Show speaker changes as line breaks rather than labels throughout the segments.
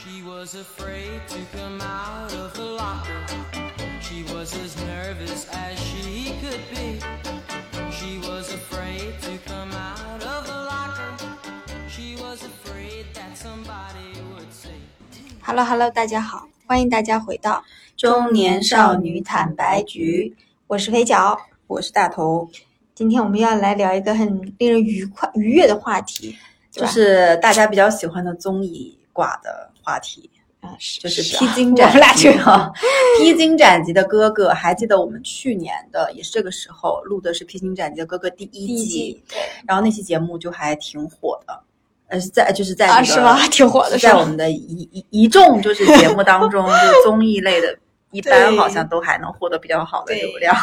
She was afraid to come out of the locker. She was as nervous as she could be. She was afraid to come out of the locker. She was afraid that somebody would see.
Hello Hello，大家好，欢迎大家回到，
中年少女坦白局，
我是肥脚。
我是大头，
今天我们要来聊一个很令人愉快愉悦的话题，对
就
吧
是大家比较喜欢的综艺挂的话题，
啊，是
就是
是啊
披荆
我
斩
们俩
棘
这个，
披荆斩棘的哥哥，还记得我们去年的也是这个时候录的是《披荆斩棘的哥哥》第
第
一
一
季
季，
然后那期节目就还挺火的，呃，是在就是在、那个、
啊是 吗？ 挺火的
是
是
在我
吧？
们的一一一众就是节目当 中，就是综艺类的，一般
对
好像都还能获得比较好的
对
流量，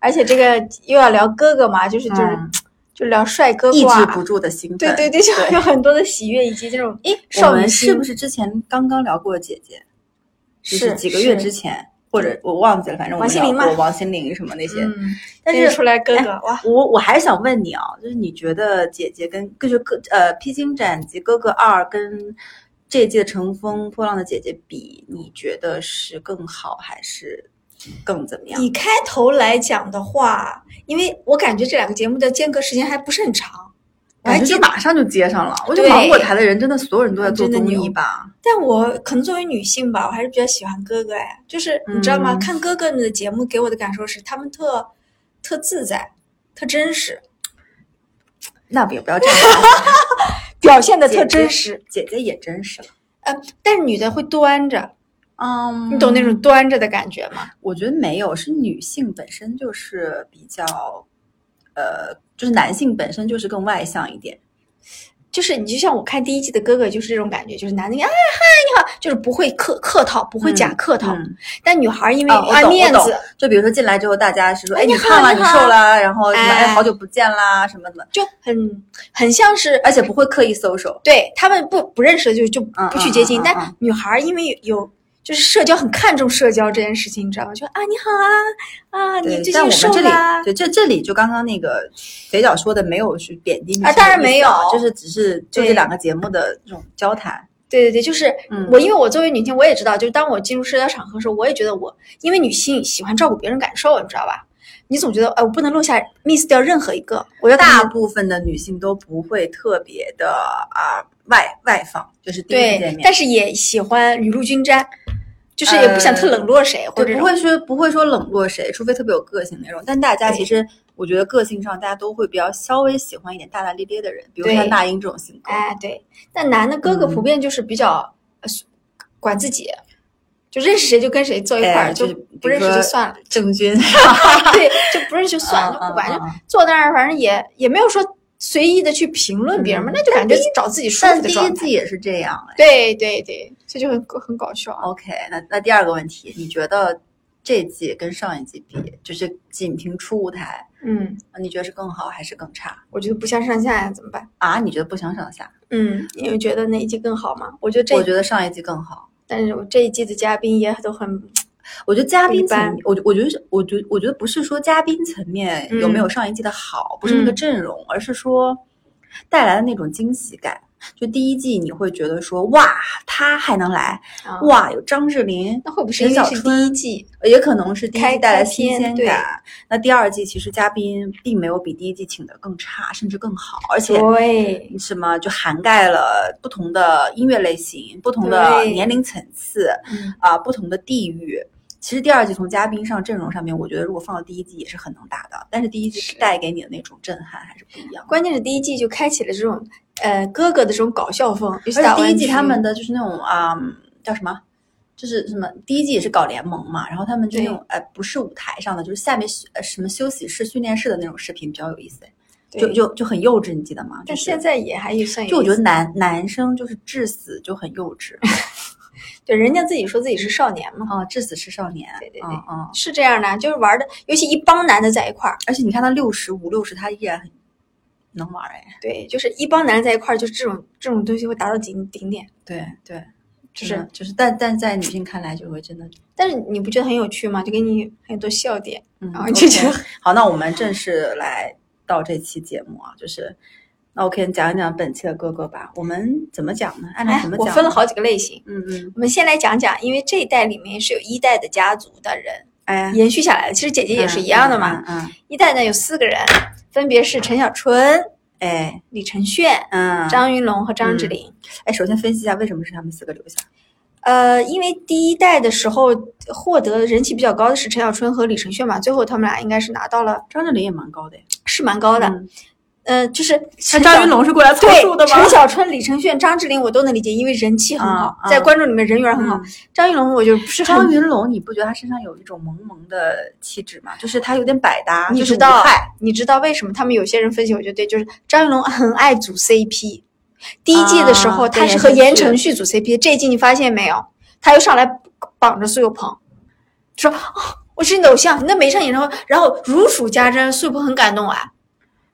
而且这个又要聊哥哥嘛，就是就是、
嗯
就聊帅哥
抑制
挂，
不住的兴奋。
对对对，就
对
有很多的喜悦以及这种
诶，
少
我
女
们
心
是不是之前刚刚聊过姐姐？就是
是
几个月之前，或者我忘记了，反正我
王
们
心
聊
凌嘛
过王心凌什么那些。
嗯，
但
认
是哎
出来哥哥哇，
我我还是想问你啊，就是你觉得姐姐跟就是哥呃《披荆斩棘哥哥二》跟这一季的《乘风破浪的姐姐》比，你觉得是更好还是更怎么样？
以开头来讲的话，因为我感觉这两个节目的间隔时间还不是很长，我还
感觉
记
就
得，
马上就接上了，我觉
对
得芒果台的人真的所有人都在做
真的
综艺
牛
吧，
但我可能作为女性吧，我还是比较喜欢哥哥哎，就是你知道吗？
嗯
看哥哥们的节目给我的感受是，他们特特自在，特真实，
那也不要 这样讲，
表现的
姐姐
特真实。
姐姐也真实了，
呃，但是女的会端着，
嗯
你懂那种端着的感觉吗？
我觉得没有，是女性本身就是比较，呃，就是男性本身就是更外向一点。
就是你就像我看第一季的哥哥，就是这种感觉，就是男的哎嗨你好，就是不会客客套，不会假客套。
嗯，
但女孩儿因为
啊我
爱
懂
面
我懂
子，
就比如说进来之后，大家是说，
哎
哎，
你好
胖啦，
你
你
好
瘦啦，然后什么，
哎
哎，好久不见啦，什么的，
就很很像是
而且不会刻意 social。
对他们不不认识的就就
嗯
不去接近，
嗯嗯嗯
但女孩儿因为有就是社交很看重社交这件事情，你知道吗？就啊你好啊啊
对
你最，
但我
近
们
瘦
这里
啦，，
对这这里就刚刚那个肥脚说的没有去贬低女性
啊
的意思啊，
当然没有
就是只是就
对
这两个节目的这种交谈，
对对对，就是
嗯
我因为我作为女性，我也知道，就是当我进入社交场合的时候，我也觉得我因为女性喜欢照顾别人感受，你知道吧？你总觉得哎我不能漏下 miss 掉任何一个，我要
大部分的女性都不会特别的啊、外外放，就是第一次见
对
面，。
但是也喜欢雨露均沾，就是也不想特
呃
冷落谁，或
对，
者这
不
种
会说不会说冷落谁，除非特别有个性那种。但大家
对
其实，我觉得个性上大家都会比较稍微喜欢一点大大咧咧的人，比如
对
像那英这种性格。
哎，对，但男的哥哥普
嗯
遍就是比较、呃管自己，就认识谁就跟谁坐一块儿，
哎
就
就是比
不
如
认识就
说
算 了，
郑钧，
对，就不认识就 算了，就
嗯
不管，就
嗯嗯
坐那儿，反正也也没有说随意的去评论别人嘛，
嗯
那就感觉找自己舒服
但
的
第
状
一
态。
季也是这样。哎
对对对，这就很搞很搞笑。啊
OK，那那第二个问题，你觉得这季跟上一季比，就是仅凭初舞台，
嗯，
你觉得是更好还是更差
我觉得不相上下呀，怎么办？
啊？你觉得不相上下？
嗯，你们觉得哪一季更好吗？我觉得这，
我觉得上一季更好。
但是我这一季的嘉宾也都很，
我觉得嘉宾
一般
层，我觉我觉得是，我觉得我觉得不是说嘉宾层面有没有上一季的好，不是那个
嗯
阵容，而是说带来的那种惊喜感。就第一季你会觉得说哇，他还能来，
啊，
哇，有张智霖，
那会不会是因
陈
为
小
是第一季？
也可能是第一
开
季带
开
来新
篇
鲜
对
感。那第二季其实嘉宾并没有比第一季请的更差，甚至更好，而且
哦对，
什么就涵盖了不同的音乐类型、不同的
对
年龄层次。
嗯，
啊、不同的地域。其实第二季从嘉宾上阵容上面，我觉得如果放到第一季也是很能打的，但是第一季带给你的那种震撼还是不一样的。
关键是第一季就开启了这种呃哥哥的这种搞笑风，尤其
而
打
且第一
湾
季
区
他们的就是那种啊、嗯叫什么，就是什么，第一季也是搞联盟嘛，然后他们就那种呃不是舞台上的，就是下面呃什么休息室、训练室的那种视频比较有意思，
对
就就就很幼稚，你记得吗？就
但
是
现在也还算有
就我
意
觉得
思
男男生就是至死就很幼 稚
对人家自己说自己是少年嘛，
啊、至死是少年，
对对对
嗯嗯，
是这样的，就是玩的，尤其一帮男的在一块儿，
而且你看他六十五六十，他依然很能玩哎。
对，就是一帮男的在一块儿，就是这种这种东西会达到顶顶点，
对对，就
就是，
是就是，但但在女性看来，就会真的，
但是你不觉得很有趣吗？就给你很多笑点，
嗯
然后就
OK
觉得
好。那我们正式来到这期节目啊，就是那我可以讲一讲本期的哥哥吧。我们怎么讲呢？按照
哎
什么，
我
讲？
分了。好几个类型。
嗯嗯，
我们先来讲讲，因为这一代里面是有一代的家族的人
哎，
延续下来的，其实姐姐也是一样的嘛。
嗯。嗯，嗯
一代呢有四个人，分别是陈小春、
哎，
李承铉、
嗯，
张云龙和张智霖。
哎，首先分析一下为什么是他们四个留下。
呃，因为第一代的时候获得人气比较高的是陈小春和李承铉嘛，最后他们俩应该是拿到了
张智霖也蛮高的呀，
是蛮高的。
嗯
呃，就是
那
陈小
张云龙是过来凑数的
对
吗？
陈小春、李承铉、张智霖我都能理解，因为人气很好，
嗯嗯
在观众里面人缘很好。
嗯
张云龙我就不是
张
很，
云龙，你不觉得他身上有一种萌萌的气质吗？就是他有点百搭，
你
就是
知
武
道
派
你知道为什么他们有些人分析我觉得对，就是张云龙 很爱组 CP。第一季的时候
啊
他
对
是和
言
言
承
承旭组 CP，这一季你发现没有？他又上来绑着苏有朋，说、哦、我是你的偶像，那每一场演唱会，然后如数家珍，苏有朋很感动啊。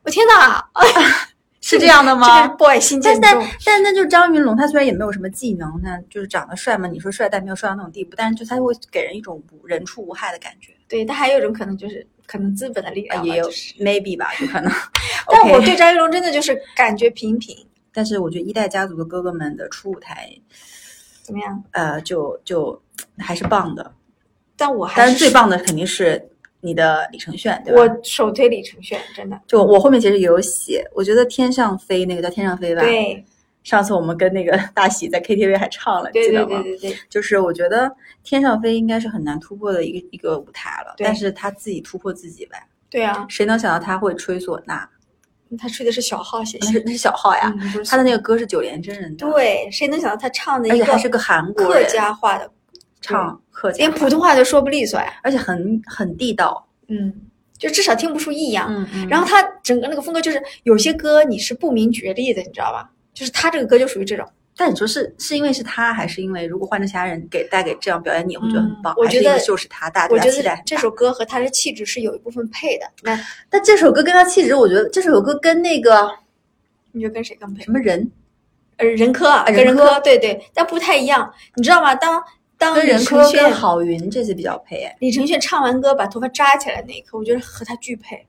我天哪，啊
是这样 的
这个
吗？
是 boy 心
但
见
但
重。
但那就是张云龙，他虽然也没有什么技能，那就是长得帅嘛，你说帅，但没有帅到那种地步，但是就他会给人一种无人畜无害的感觉，啊
对，但还有一种可能就是可能资本的力量吧
也有
就是
maybe 吧，有 可能。
但我
OK
对张云龙真的就是感觉平平，
但是我觉得一代家族的哥哥们的初舞台，
怎么样？
呃，就就还是棒的，
但我还
但
是
是最棒的肯定是你的李承铉，对吧？
我首推李承铉，真的。
就我后面其实也有写，我觉得天上飞那个叫天上飞吧，，
对
上次我们跟那个 大喜在 KTV 还唱了，
对
记得
对
吗？
对对对，
就是我觉得天上飞应该是很难突破的一个一个舞台了，
对
但是他自己突破自己呗。
对啊，
谁能想到他会吹唢呐？
他吹的是小号，谢
那
谢。
是那是小号呀，
嗯不是
他的那个歌是九连真人的，，
对，谁能想到他唱的
而
一
且
个
还是个韩国
客
人
家嗯话的，
唱客家
连，普通话都说不利索呀。
而且很很地道。
嗯，就至少听不出异样。
嗯嗯
然后他整个那个风格就是有些歌你是不明觉厉的，你知道吧？就是他这个歌就属于这种，
但你说是是因为是他，还是因为如果换成其他人给带给这样表演，你也会觉得很棒？
嗯我
还是
觉
因
得
为就是他，大家
我觉
对他期待
得
很
这
大
首歌和他的气质是有一部分配的。那
但这首歌跟他气质，我觉得这首歌跟那个
你觉得跟谁更配
什？么人
呃，人科啊，跟
人
人
科
科，对对，但不太一样，你知道吗？当当
跟
李
任
承
科、跟
铉
郝云这些比较配，哎，
李承铉唱完歌把头发扎起来那一刻，我觉得和他巨配，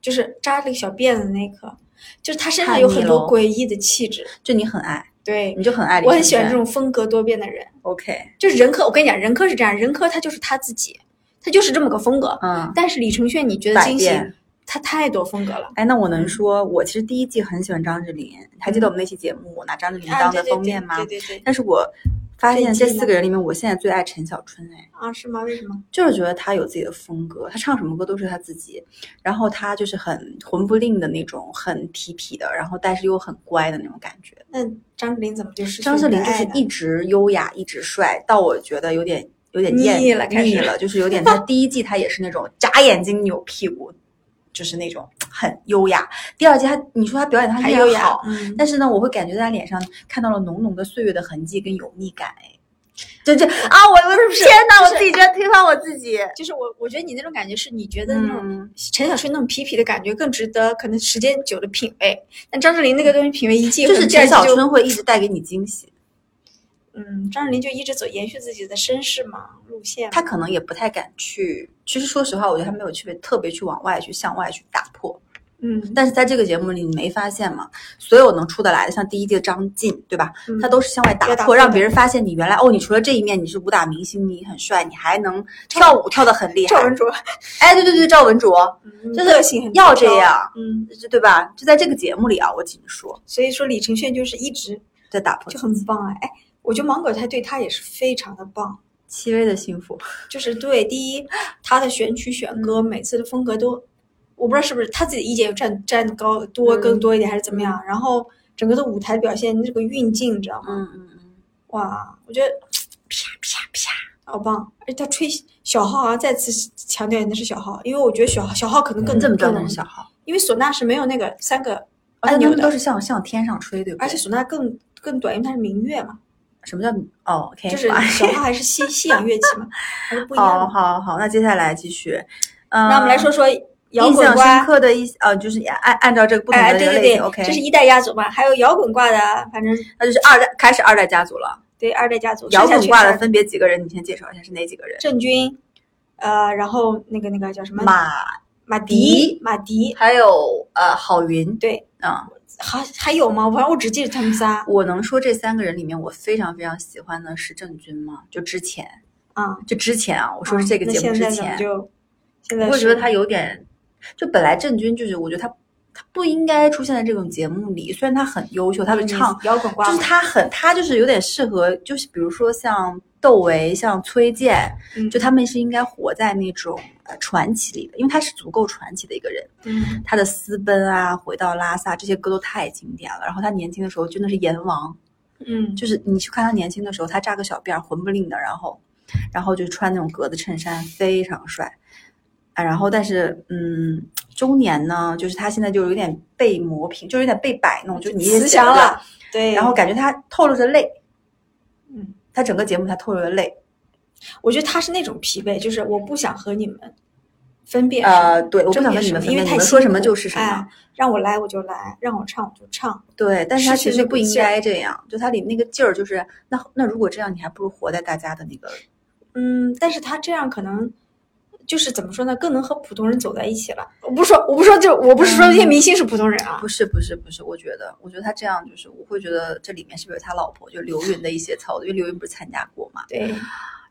就是扎了个小辫子那一刻，就是他身上
叛
有
逆
很多
咯嗯
诡异的气质。
就你很爱，
对
你，就很爱李
我很
承
喜欢
铉
这。种风格多变的人。
OK，
就是人科，我跟你讲，人科是这样，人科他就是他自己，他就是这么个风格。
嗯，
但是李承铉，你觉得
百
惊喜
变？
他太多风格了。
哎，那我
嗯
能说，我其实第一季很喜欢张智霖，还记得我们那期节目我拿张智霖
啊，
当
对
的
对
封
对
面吗
对？对对，
但是我发
这一
现
季
这
吗
四个人里面，我现在最爱陈小春，哎，
啊，是吗？为什么？
就是觉得他有自己的风格，他唱什么歌都是他自己，然后他就是很魂不吝的那种，很痞痞的，然后但是又很乖的那种感觉。
那嗯张智霖怎么就是
张智霖就是
一。
一直优雅，一直帅，到我觉得有点有点厌
腻了开始
腻了，就是有 点。他第一季他也是那种眨眼睛扭屁股，就是那种很优雅。第二季他你说他表演他
还
依
有
然
呀
好，，
嗯，
但是呢，我会感觉他脸上看到了浓浓的岁月的痕迹跟油腻感，哎，就这啊，我我天哪，我自己觉得推翻我自己。
就是我我觉得你那种感觉是你觉得那种
嗯，
陈小春那种痞痞的感觉更值得，可能时间久的品味。但张智霖那个东西品味一季，
嗯就
可
是
能第二
陈
季
小
就
春会一直带给你惊喜，
嗯，张智霖就一直走延续自己的绅士嘛路线嘛。
他可能也不太敢去。其实说实话，我觉得他没有去特别去往外去向外去打破。
嗯，
但是在这个节目里，你没发现吗？所有能出得来的，像第一季的张晋，对吧？
嗯
他都是向外打
要
破，
打破
让
的
别人发现你原来哦，你除了这一面你是武打明星，你很帅，你还能跳舞跳得很厉
赵
害
文。卓
哎，对对对，赵文卓，
就
个
性很
嗯要
高
这样，
嗯，
就对吧？就在这个节目里啊，我只能说
所以说李承铉就是一直
在打破
就很棒啊，哎，我觉得芒果台对他也是非常的棒，
戚薇的幸福。
就是对第一他的选曲选歌
嗯
每次的风格都，我不知道是不是他自己意见有占占高多
嗯
更多一点还是怎么样，然后整个的舞台表现这个运镜，你知道吗？
嗯嗯嗯，
哇，我觉得啪啪啪，好棒！而且他吹小号啊，再次强调那是小号，因为我觉得小号小号可能更
你怎嗯么知道
更
那
能哦
是小号？
因为唢呐是没有那个三个
而
按
且他
钮
们
的，
都是向向天上吹，对不对？
而且唢呐更更短，因为它是民乐嘛，
什么叫哦？OK，
就是
吧
小号还是西西洋乐器嘛，还是不一样
好
的。
好好，那接下来继续。哦嗯，
那我们来说说摇
印
滚
象深
瓜，
刻的一些呃，就是按按照这个不同
哎，
的这
对
个
对
类
对
型，OK，
这是一代家族嘛，还有摇滚挂的，反正
那呃就是二代开始二代家族了。
对二代家族，
摇
剩下
滚
全
挂
是
的分别几个人？你先介绍一下是哪几个人？
郑钧，呃，然后那个那个叫什么
马
马迪
迪
马迪，
还有呃郝云，
对，
嗯，
还还有吗？反正我只记得他们仨
我能说这三个人里面，我非常非常喜欢的是郑钧吗？就之前，
啊。嗯
就之前啊，我说是这个
那
节
现
目之
在咱
前
们，就现在
我会觉
是
得他有点，就本来郑钧就是，我觉得他他不应该出现在这种节目里。虽然他很优秀，他的
你
唱
摇滚瓜
就是
嘛，
他很，他就是有点适合，就是比如说像窦唯、像崔健，
嗯
就他们是应该活在那种呃传奇里的，因为他是足够传奇的一个人。
嗯
他的《私奔》啊，《回到拉萨》这些歌都太经典了。然后他年轻的时候真的是阎王，
嗯
就是你去看他年轻的时候，他扎个小辫儿，混不吝的，然后，然后就穿那种格子衬衫，非常帅。啊，然后但是，嗯，中年呢，就是他现在就有点被磨平，就有点被摆弄，就你也
慈
觉
祥
得
了，对，
然后感觉他透露着泪，
嗯，
他整个节目他透露着泪，
我觉得他是那种疲惫，就是我不想和你们分辨什么
呃，对，我不
争
想
辩
跟你
什
们
么
分
因为
辨，
太
你们
辛
说什么
苦
就是什么
哎，让我来我就来，让我唱我就唱，
对，但是
失
他
去
其
那
实
股
不应
劲儿
该这样，就他里那个劲儿，就是那那如果这样，你还不如活在大家的那个
嗯，但是他这样可能就是怎么说呢，更能和普通人走在一起了。我不是说，我不是说就，我不是说这些明星是普通人啊，
嗯不是不是不是，我觉得，我觉得他这样就是，我会觉得这里面是不是有他老婆，就刘云的一些操作，因为刘云不是参加过嘛，
对，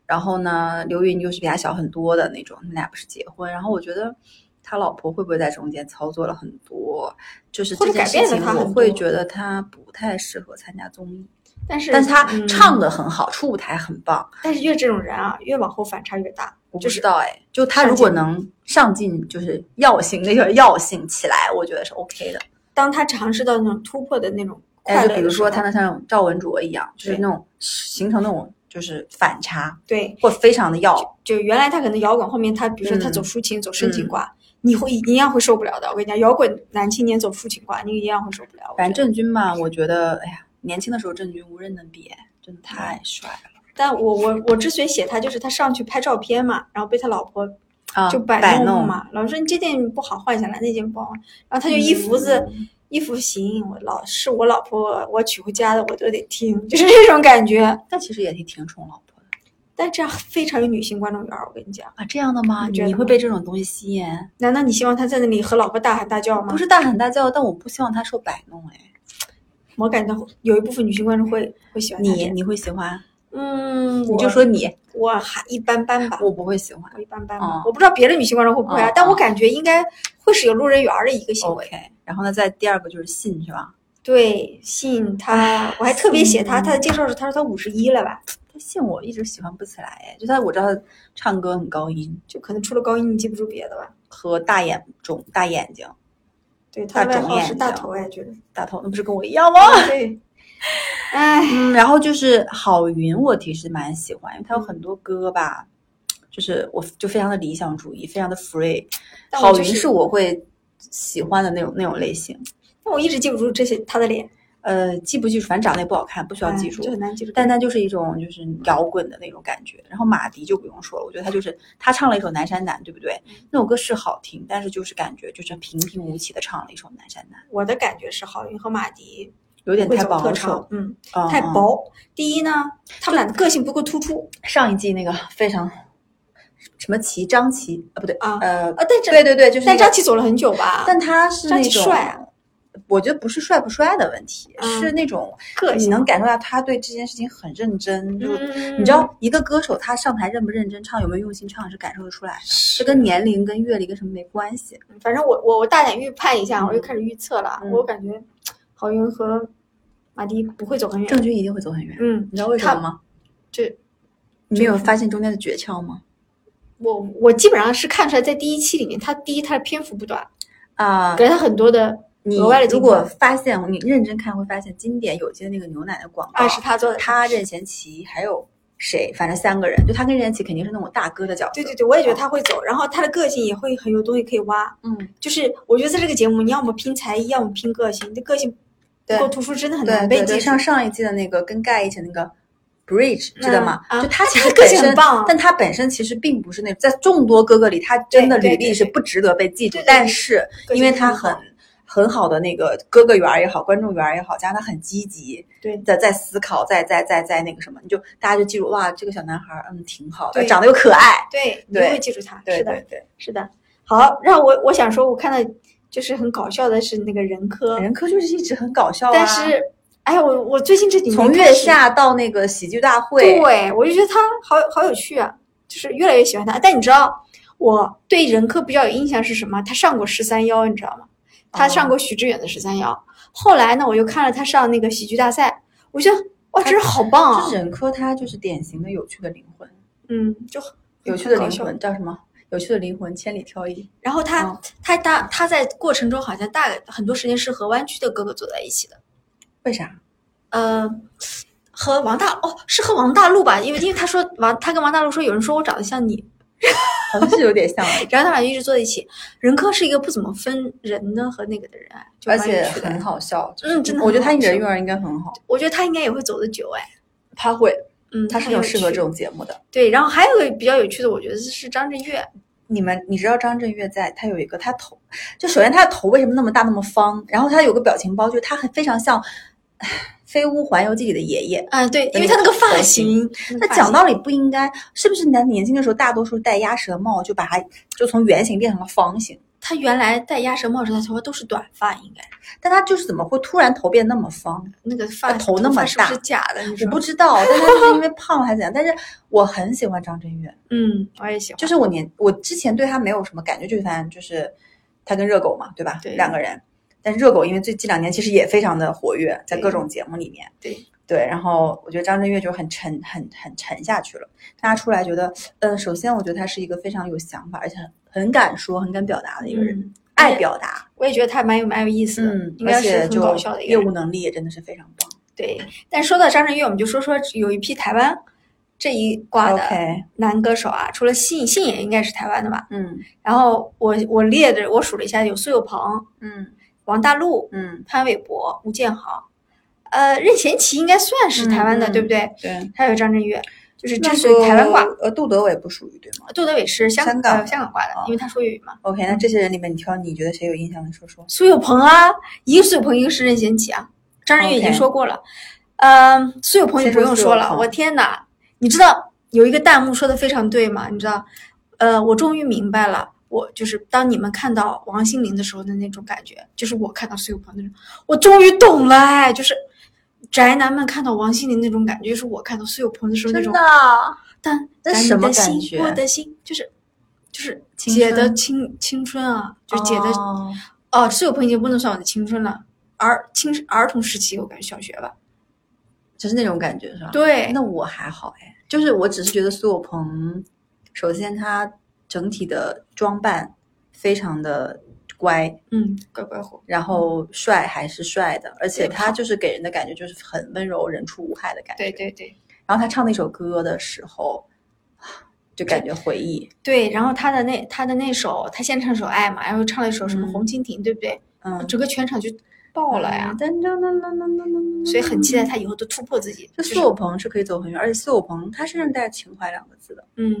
然后呢，刘云又是比他小很多的那种，他们俩不是结婚，然后我觉得他老婆会不会在中间操作了很多，就是
或
这
者
件
改
事
变了
情
他，
我
很
会
多
觉得他不太适合参加综艺，
但是
但是他
嗯
唱的很好，出舞台很棒，
但是越这种人啊，越往后反差越大，
我不
就
知
是
道哎，就他
上
如果
进
能上进，就是药性那个药性起来，我觉得是 OK 的。
当他尝试到那种突破的那种快
哎，
乐的时候，
就比如说他能像赵文卓一样，就是
对
那种形成那种就是反差，
对，
或非常的要
就原来他可能摇滚，后面他比如说他
嗯
走抒情，走深情
嗯
挂，你会一样会受不了的。我跟你讲，摇滚男青年走抒情挂，你一样会受不了。我
反正
觉得
郑钧嘛，我觉得哎呀，年轻的时候郑钧无人能比，哎真的
嗯
太帅了
但我我我之所以写他，就是他上去拍照片嘛，然后被他老婆
啊
就
摆
摆嘛，老说你这件不好换下来，那件不好换，然后他就
嗯
一幅子、一幅行，我老是我老婆我娶回家的，我都得听，就是这种感觉。
但其实也挺挺宠老婆的
但这样非常有女性观众缘儿，我跟你讲，
啊，这样的吗？
你觉得
你会被这种东西吸引？
难道你希望他在那里和老婆大喊大叫吗？
不，是大喊大叫，但我不希望他受摆弄哎。
我感觉到有一部分女性观众会会喜欢他这
你
样
你会喜欢？
嗯，
你
我
就说你，
我还一般般吧，
我不会喜欢。
我一般般吧，
哦
我不知道别的女性观众会不会啊，
哦
但我
哦
感觉应该会是有路人缘儿的一个行为。
OK，然后呢，再第二个就是信是吧？
对，信他，
啊
我还特别写他，他的介绍是他说他五十一了吧，
他信我一直喜欢不起来哎，就他我知道他唱歌很高音，
就可能除了高音你记不住别的吧。
和大眼肿、大眼睛、
对，他的
大
外
肿
号
眼
是大
睛
头哎，觉得。
大头，那不是跟我一样吗？
对，哎，
嗯，然后就是郝云，我其实蛮喜欢，因为他有很多歌吧，就是我就非常的理想主义，非常的 free。
但我
郝
就
云
是
是我会喜欢的那种那种类型，
但我一直记不住这些他的脸，
呃，记不记住，反正长得也不好看，不需要
哎
记住
就。很难记住。
但他就是一种就是摇滚的那种感觉，然后马迪就不用说了，我觉得他就是他唱了一首《南山南》，对不对？
嗯
那首歌是好听，但是就是感觉就是平平无奇的唱了一首《南山南》，
我的感觉是郝云和马迪
有点
会
太
走特
保
长
守，，
嗯，
嗯
太
嗯
薄。第一呢，他们俩的个性不够突出
上一季那个非常什么齐张齐啊，不对
啊
呃，
啊，但这
对对对，就是那
但
个
张琪走了很久吧，
但他是
张
那
琪
种
帅啊，
我觉得不是帅不帅的问题，
嗯
是那种
个
你
性啊
能感受到他对这件事情很认真，就。
嗯
你知道一个歌手他上台认不认真唱有没有用心唱是感受得出来的，这跟年龄跟阅历跟什么没关系。
反正我我我大胆预判一下，
嗯
我就开始预测了，
嗯
我感觉郝云和马迪不会走很
郑
远。
钧一定会走很远，
嗯，
你知道为什么吗？
这
你没有发现中间的诀窍吗？
我我基本上是看出来，在第一期里面，他第一他的篇幅不短，
啊、
给了他很多的
你
额外的镜
如
头
果发现你认真看会发现，经典有机的那个牛奶的广告，
啊是他做的。
他任贤齐还有谁，反正三个人，就他跟任贤齐肯定是那种大哥的角色。
对对对，我也觉得他会走，然后他的个性也会很有东西可以挖。
嗯，
就是我觉得在这个节目，你要么拼才艺，要么拼个性，你的个性不
对
够突出，真的很
对
难被
对
接
对，
受。
像上一季的那个跟盖一起那个 Bridge，知道吗？
嗯啊
就他其实
他个
本
性
身
很棒啊
但他本身其实并不是那在众多哥哥里，他真的
对
履
对
历是不值得被记住
对对，对
但是
个性
因为
很
他
好
很。很好的那个哥哥缘儿也好，观众缘儿也好，加上他很积极，
对
在在思考，在在在在那个什么，你就大家就记住哇，这个小男孩儿嗯挺好的，
对
长得又可爱，
对，你
对
会记住他。
对
是的
对，对，
是的，好，让我我想说，我看到就是很搞笑的是那个人科，
人科就是一直很搞笑啊。
但是哎呀，我我最近这几年
从
开
月
始
下到那个喜剧大会，
对，我就觉得他好好有趣啊，就是越来越喜欢他。但你知道我对任科比较有印象是什么？他上过十三幺，你知道吗？他上
哦
过徐志远的十三幺。后来呢，我又看了他上那个喜剧大赛，我觉得哇，
他
真是好棒啊
就！是任科他就是典型的有趣的灵魂，
嗯，就
有趣的灵。
很搞笑
魂叫什么？有趣的灵魂，千里挑一。
然后他、
嗯
他他他在过程中好像大概很多时间是和湾区的哥哥走在一起的，
为啥？
呃，和王大哦是和王大陆吧？因为因为他说王他跟王大陆说有人说我长得像你，
好像是有点像，
然后他俩就一直坐在一起。任科是一个不怎么分人的和那个的人，哎就
而
蛮
且
有趣的
很。好笑。
嗯真的
我觉得他
很好笑
人缘应该很好，
我觉得他应该也会走得久，哎，
他会，
嗯，
他是
很有
很适合
趣
这种节目的。
对，然后还有一个比较有趣的，我觉得是张震岳，
你们你知道张震岳在他有一个他头，就首先他的头为什么那么大那么方，然后他有个表情包，就是他很非常像唉《飞屋环游记》里的爷爷。
啊，对，因
那
为
个
他那个发
头
嗯型，
那讲道理不应该，是不是？你在年轻的时候，大多数戴鸭舌帽，就把它就从圆形变成了方形。
他原来戴鸭舌帽时，他头发都是短发，应该
但他就是怎么会突然头变那么方？
那个发
头那
发
么
是不是啊
大
假的？你
我
说
不，知道，但他就是因为胖了还是怎样？但是我很喜欢张震岳，
嗯，我也喜欢，
就是我年我之前对他没有什么感觉，就是反正就是他跟热狗嘛，对吧？
对
两个人。但是热狗因为最近两年其实也非常的活跃，在
对
各种节目里面。
对
对，然后我觉得张震岳就很沉、很很沉下去了。大家出来觉得，嗯，首先我觉得他是一个非常有想法，而且很很敢说、很敢表达的一个人，
嗯，
爱表达，嗯
我也觉得他蛮有蛮有意思的，应
而
该是
且
很
就
搞笑的一
业
个
务
人。
能力也真的是非常棒。
对，但说到张震岳，我们就说说有一批台湾这一挂的
OK，
男歌手啊，除了信信也应该是台湾的吧？
嗯
然后我我列着我数了一下，有苏有朋、
嗯
王大陆、
嗯，
潘玮柏、吴建豪，呃，任贤齐应该算是台湾的，
嗯嗯
对不对？
对，
还有张震岳，就是这
那
属于台湾挂。
个呃，杜德伟不属于对吗
杜德伟是香
香港
呃、香港挂的
哦，
因为他说粤语嘛。
？OK，那这些人里面，你挑你觉得谁有印象的说说？
苏有朋啊，一个苏有朋，一个是任贤齐啊。张震岳已经
OK
说过了，嗯，苏有朋就
先
不
说
用
苏
说
有
了。
朋
我天哪，你知道有一个弹幕说的非常对吗？你知道，呃，我终于明白了。我就是当你们看到王心凌的时候的那种感觉，就是我看到苏有朋那种，我终于懂了哎，就是宅男们看到王心凌那种感觉，就是我看到苏有朋的时候那种但
啊那
但
什
你
么
的
感
心
觉
我的心就是就是
青
姐的
春
青青春啊，就姐的
哦
哦，室友朋友已经不能算我的青春了，儿青儿童时期，我感觉小学吧。
就是那种感觉是吧？
对
那我还好哎，就是我只是觉得苏有朋，首先他整体的装扮非常的乖，
嗯，乖乖虎，
然
嗯
后帅还是帅的，而且
也
他
胖
就是给人的感觉就是很温柔、人畜无害的感觉。
对对对
然后他唱那首歌的时候，就感觉回忆，
对。然后他的那他的那首他先唱首《爱》嘛，然后唱了一首什么
嗯
《红蜻蜓》，对不对？
嗯，
整个全场就爆了呀，
噔噔噔噔噔噔噔
所以很期待他以后的突破自己。就
就
是
苏有朋是可以走很远，而且苏有朋他身上带着情怀两个字的，
嗯，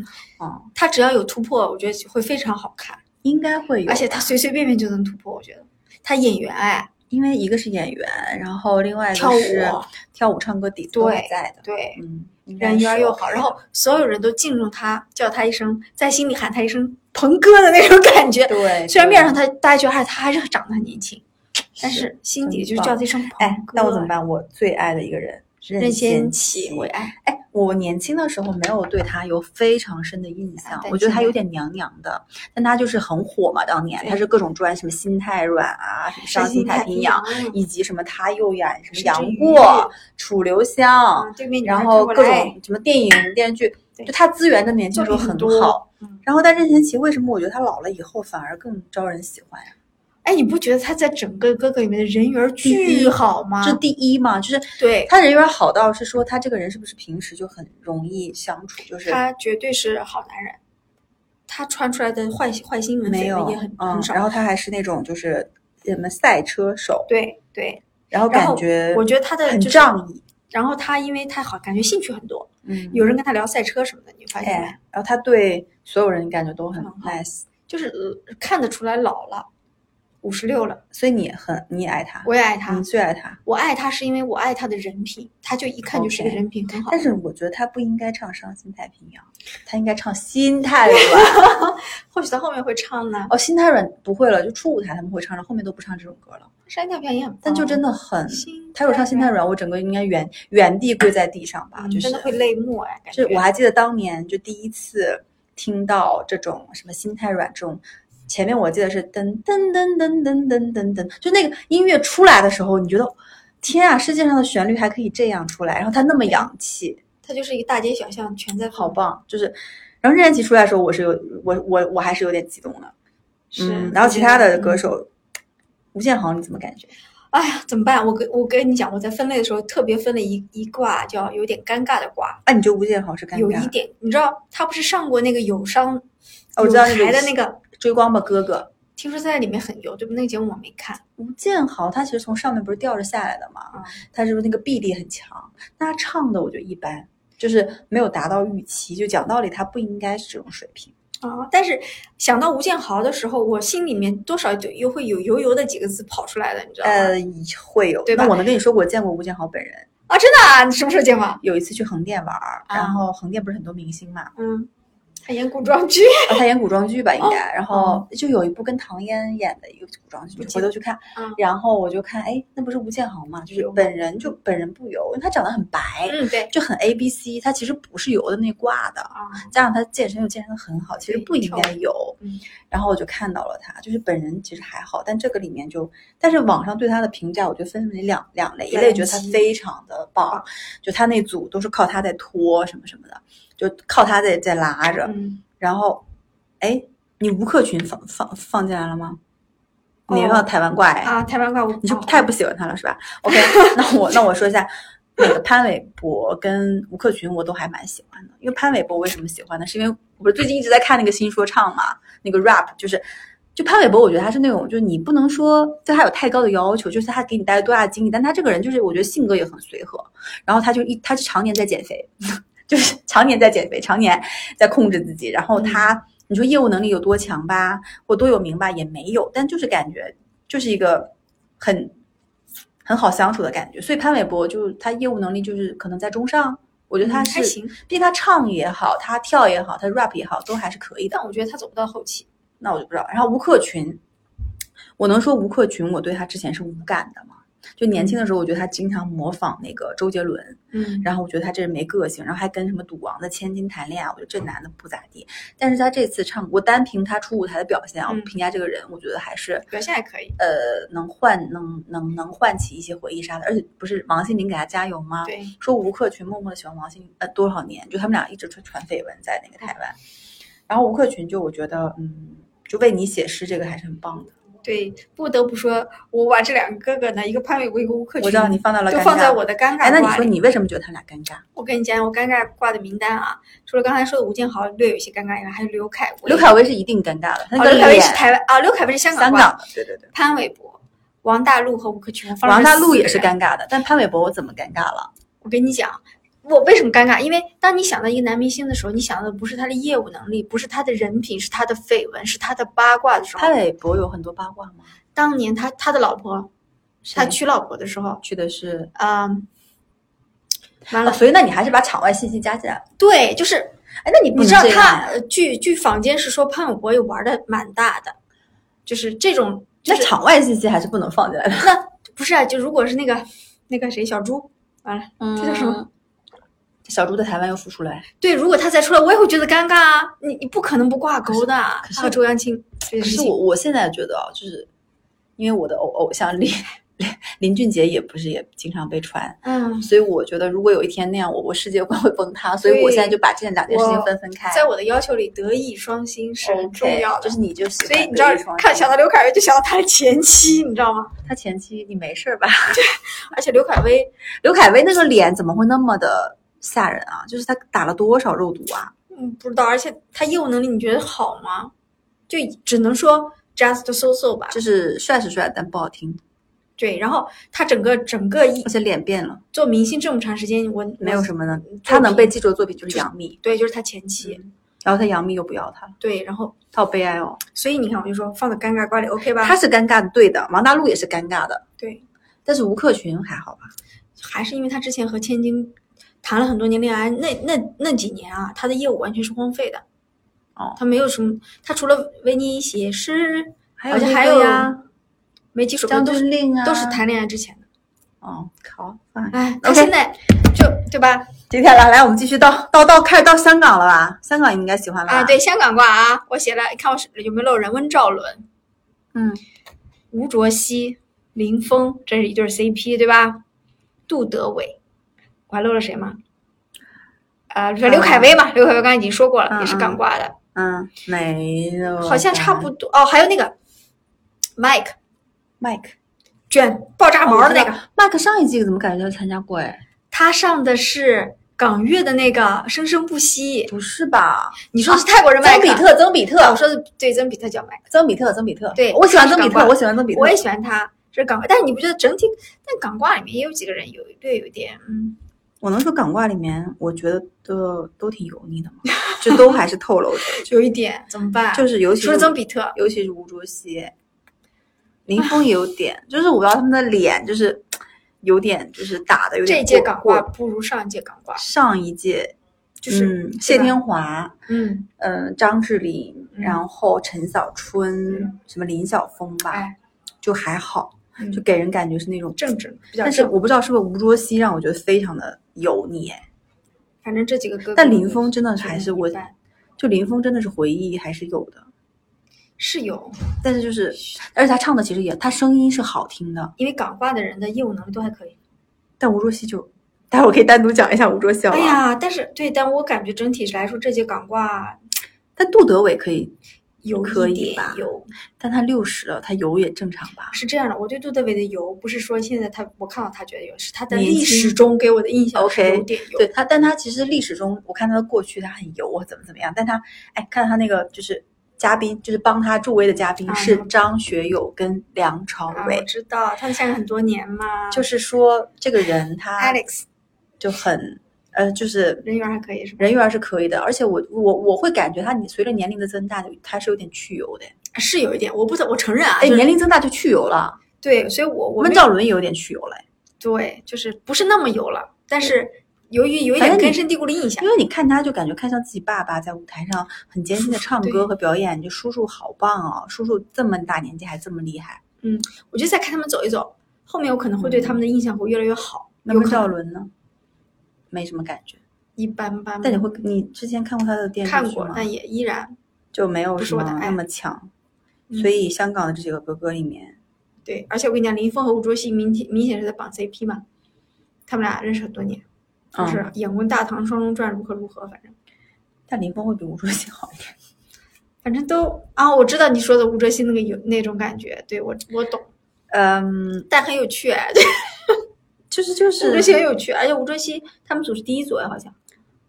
嗯，
他只要有突破，我觉得会非常好看，
应该会有。
而且他随随便便就能突破，我觉得他演员哎，
因为一个是演员，然后另外一
跳
个是
舞啊
跳舞、唱歌底子都
对
还在的，
对，
嗯，应该
人缘
是
儿又
OK
好，
的
然后所有人都敬重他，叫他一声，在心里喊他一声“鹏哥”的那种感觉。
对，
虽然
对
面上他大家觉得还他还是长得很年轻，但是心底
很
就是
棒
叫他一声“
哎
鹏，哥”。
那我怎么？办？我最爱的一个人任
任
贤
贤齐，我也爱。
哎，我年轻的时候没有对他有非常深的印象，
但
我觉得
现
他有
在
点娘娘的，但他就是很火嘛，当年
对
他是各种专什么心太软啊，什么伤心太平
啊
嗯洋，以及什么他又演什么
是
杨
至于
过、楚留香，
啊，对面女
然
孩
后
看过
各
来
种什么电影电视剧，
对
就他资源的年轻
作
时候
品
很
很
好
多。。嗯
然后但任贤齐为什么我觉得他老了以后反而更招人喜欢呀？
哎，你不觉得他在整个哥哥里面的人缘儿巨好吗？
这第一嘛，嗯就是
对，
他人缘好到是说他这个人是不是平时就很容易相处，就是
他绝对是好男人。他传出来的坏坏新闻
没
绯
有
闻也很
嗯
很，少
然。后他还是那种就是什么赛车手，
对对，
然后
然
感
后
觉
我觉得他的
很
就是
仗义，
然后他因为太好，感觉兴趣很多，
嗯
有人跟他聊赛车什么的，你发现没？
哎，然后他对所有人感觉都很
很好
nice。
就是、呃看得出来老了。五十六了，
所以你很你也爱他，
我也爱他。
你最爱他，
我爱他是因为我爱他的人品，他就一看就是个
OK
人品很好。
但是我觉得他不应该唱《伤心太平洋》，他应该唱《心太软》。
或许他后面会唱呢，
哦，《心太软》不会了，就初舞台他们会唱，后面都不唱这种歌了。
山大表也很
但就
棒
真的很，
哦心
他有唱《心太软》，我整个应该原原地跪在地上吧，
嗯
就是
真的会泪目哎，感
就
觉
我还记得当年就第一次听到这种什么心太软这种，前面我记得是噔噔噔噔噔噔噔噔，就那个音乐出来的时候，你觉得天啊，世界上的旋律还可以这样出来，然后它那么洋气，
他就是一个大街小巷全在
好
放，
棒！就是，然后任贤齐出来的时候，我是有我我我还是有点激动的，
是、
嗯，然后其他的歌
嗯
手，吴建豪你怎么感觉？
哎呀，怎么办？我跟我跟你讲，我在分类的时候特别分了一一卦，叫有点尴尬的卦，
啊，你觉得吴建豪是尴尬？
有一点，你知道他不是上过那个友商，
哦我知道那
有
个
台的那个，
追光吧哥哥。
听说在里面很油，对不？那个节目我没看，
吴建豪他其实从上面不是吊着下来的嘛，
嗯
他是不是那个臂力很强？那他唱的我觉得一般，就是没有达到预期。就讲道理，他不应该是这种水平。
啊，但是想到吴建豪的时候，我心里面多少就又会有油油的几个字跑出来的，你知道吗？
呃，会有。
对吧
那我能跟你说，我见过吴建豪本人。
啊，真的啊，你什么时候见过？
有一次去横店玩儿，
啊
然后横店不是很多明星嘛，
嗯，他演古装 剧，
啊他演古装剧吧，应该。然后就有一部跟唐嫣演的一个古装剧，哦回头去看
嗯。
然后我就看，哎，那不是吴建豪嘛？就是本人就本人不油，因为他长得很白，
嗯，对，
就很 A B C，他其实不是油的那挂的。
啊，
加上他健身又健身的很好，其实
对
不应该有
嗯。
然后我就看到了他，就是本人其实还好，但这个里面就，但是网上对他的评价，我觉得分为两两类，一
两
类觉得他
极
非常的棒，就他那组都是靠他在拖什么什么的，就靠他在在拉着。
嗯，
然后，哎，你吴克群放放放进来了吗？你没
哦
放台湾挂哎，
啊，台湾怪物，
你就
哦
太不喜欢他了是吧？OK，那我那我说一下，那个潘玮柏跟吴克群我都还蛮喜欢的，因为潘玮柏为什么喜欢呢？是因为我不是最近一直在看那个新说唱嘛，那个 rap 就是。就潘玮柏，我觉得他是那种，就是你不能说对他有太高的要求，就是他给你带来多大的精力，但他这个人就是，我觉得性格也很随和，然后他就一，他就常年在减肥， 就是常年在减肥，常年在控制自己，然
嗯
后他，你说业务能力有多强吧，或多有名吧，也没有，但就是感觉就是一个很很好相处的感觉。所以潘玮柏就是他业务能力就是可能在中上，我觉得他
嗯还
是，
行，
毕竟他唱也好，他跳也好，他 rap 也好，都还是可以的。
但我觉得他走不到后期，
那我就不知道。然后吴克群，我能说吴克群我对他之前是无感的吗？就年轻的时候，我觉得他经常模仿那个周杰伦，
嗯，
然后我觉得他这人没个性，然后还跟什么赌王的千金谈恋爱，我觉得这男的不咋地。但是他这次唱，我单凭他出舞台的表现啊，我
嗯
评价这个人，我觉得还是
表现还可以，
呃能唤能能能唤起一些回忆杀的。而且不是王心凌给他加油吗？
对，
说吴克群默默的喜欢王心凌呃多少年，就他们俩一直传传绯闻在那个
嗯
台湾。然后吴克群就我觉得嗯，就为你写诗这个还是很棒的。
对，不得不说，我把这两个哥哥呢，一个潘玮柏，一个吴克群，
我知道你放到了
都
尴
放在
尬
我的尴
哎，
尬
那你
挂
说
里。
你为什么觉得他俩尴尬？
我跟你讲，我尴尬挂的名单啊，除了刚才说的吴建豪略有些尴尬以外，还有刘恺威。
刘恺威是一定尴尬的，他
哦，
那个
刘恺威
脸
是台湾啊，刘恺威是香
香
挂的
港的，对对对。
潘玮柏、王大陆和吴克群，我放了
王大陆也
四
是
个人。
尴尬的，但潘玮柏我怎么尴尬了？
我跟你讲，我为什么尴尬？因为当你想到一个男明星的时候，你想到的不是他的业务能力，不是他的人品，是他的绯闻，是他的八卦的时候
潘。玮柏有很多八卦吗？
当年他他的老婆，他
谁
娶老婆的时候，
去的是，
嗯，完
哦
了，
所以那你还是把场外信息加进来。
对，就是
哎，那你不
你
能
知道
这样
他
呀
呃据据坊间是说潘玮柏也玩的蛮大的，就是这种就
那
是
场外信息还是不能放进来的。
那不是啊，就如果是那个那个谁小猪，完了
嗯
这叫什么？
小猪在台湾又复出了哎，
对，如果他再出来，我也会觉得尴尬啊，你你不可能不挂钩的啊，
可是
他和周扬青这件
可
事
是
情
我我现在觉得啊，就是因为我的偶偶像林 林林俊杰也不是也经常被传，
嗯，
所以我觉得如果有一天那样，我我世界观会崩塌，所以我
对
现在就把这两件事情
我
分分开。
在我的要求里，德艺双馨是很
OK，
重要的
就。是你就喜欢
所以你知道
德艺双，馨
看想到刘恺威就想到他的前妻，你知道吗？
他前期你没事儿吧？
而且刘恺威
刘恺威那个脸怎么会那么的吓人啊？就是他打了多少肉毒啊？
嗯，不知道，而且他业务能力你觉得好吗？就只能说 just so so 吧。
就是帅是帅，但不好听，
对，然后他整个整个一
而且脸变了，
做明星这么长时间，我
没有什么呢
嗯。
他能
作品
被记住的作品就是杨幂，
对，就是他前妻，
然后他杨幂又不要他了，
对，然后
他好悲哀哦。
所以你看，我就说放在尴尬瓜里，OK 吧？
他是尴尬的，对的，王大陆也是尴尬的，
对，
但是吴克群还好吧？
还是因为他之前和千金谈了很多年恋爱，那那那几年啊，他的业务完全是荒废的。
哦
他没有什么，他除了维尼写诗，
还
而且
那
还
个
有
呀，
没几首歌
张
都是
峻令啊，
都是谈恋爱之前的。
哦，好，fine
哎，他
OK
现在就对吧？
接下来来，我们继续到到到开始到香港了吧？香港你应该喜欢了吧
啊，对，，香港挂啊，我写了，看我是有没有漏人。温兆伦、
嗯，
吴卓羲、林峰，这是一对儿 CP 对吧？杜德伟，我还漏了谁吗？啊，刘恺威嘛，刘恺威刚才已经说过了，也是港挂的，
嗯，没有，
好像差不多哦。还有那个 Mike
麦克，
卷爆炸毛的那个，
麦克上一季怎么感觉参加过？哎，
他上的是港乐的那个《生生不息》，
不是吧？
你说的是泰国人麦
嗯啊曾
克？
比特，曾比
啊，我
特，
说的对，曾比特叫麦克，
哦曾比特，曾比特，
对
我喜欢曾比
他是港
特，
冠
我喜欢曾比特，
我也喜欢他。这是港，但是你不觉得整体？但港挂里面也有几个人有略有点，嗯，
我能说港挂里面，我觉得都都挺油腻的嘛，就都还是透露 着，
有一点怎么办？
就是尤其
除了曾比特，
尤其是吴卓羲，林峰也有点，就是我不知道他们的脸就是有点就是打的有
这
点
一届
过
港挂
过
不如上一届港挂，
上一届
就是
嗯谢
吧
天华，
嗯，
嗯、张智霖，
嗯
然后陈小春，
嗯
什么林晓峰吧，
哎，
就还好，
嗯
就给人感觉是那种，
正直比较
但是
正，
我不知道是不是吴卓羲让我觉得非常的油腻哎，
反正这几个歌，
但林峰真的还是我
一般
就林峰真的是回忆还是有的，
是有，
但是就是，而且他唱的其实也，他声音是好听的，
因为港挂的人的业务能力都还可以。
但吴卓羲就，待会儿可以单独讲一下吴卓羲。
哎，呀，但是对，但我感觉整体来说，这届港挂
但杜德伟可以，
有
可
一
以
点
吧
有
但他六十了，他油也正常吧？
是这样的，我对杜德伟的油不是说现在他我看到他觉得油，是他的
年
历
轻
史中给我的印象是
OK，
有点油。
对他，但他其实历史中，我看他的过去，他很油，啊怎么怎么样，但他，哎，看他那个就是嘉宾，就是帮他助威的嘉宾
啊
是张学友跟梁朝
啊，
伟，
我知道他下很多年嘛，
就是啊说这个人他
Alex
就很，呃，就是
人缘还可以是吧？
人缘是可以的，而且我我我会感觉他你随着年龄的增大，他是有点去油的。
是有一点，我不我承认啊，
哎，
就是
年龄增大就去油了，
对，所以我我
温
没
兆伦也有点去油了。
对，就是不是那么油了，但是由于有一
反
点
正你
根深蒂固的印象
因，为你看他，就感觉看像自己爸爸在舞台上很艰 辛的唱歌和表演，就叔叔好棒哦，叔叔这么大年纪还这么厉害。
我就再看他们走一走，后面我可能会对他们的印象会越来越好，
嗯那
有
温
可
兆
能
伦呢？没什么感觉，
一般般吧，
但你会，你之前看过他的电视
看
剧
过，
吗？
但也依然
就没有
不
什
是我
么
的爱
那么强。
嗯
所以香港的这几个哥哥里面，
对，而且我跟你讲，林峰和吴卓羲明显明显是在绑 CP 嘛，他们俩认识很多年，就是
嗯，
演过《大唐双龙传》如何如何，反正
但林峰会比吴卓羲好一点。
反正都啊，我知道你说的吴卓羲那个有那种感觉，对我我懂，
嗯，
但很有趣，对，
就是就
吴卓羲很
是
有趣，而且吴卓羲他们组是第一组哎，好像，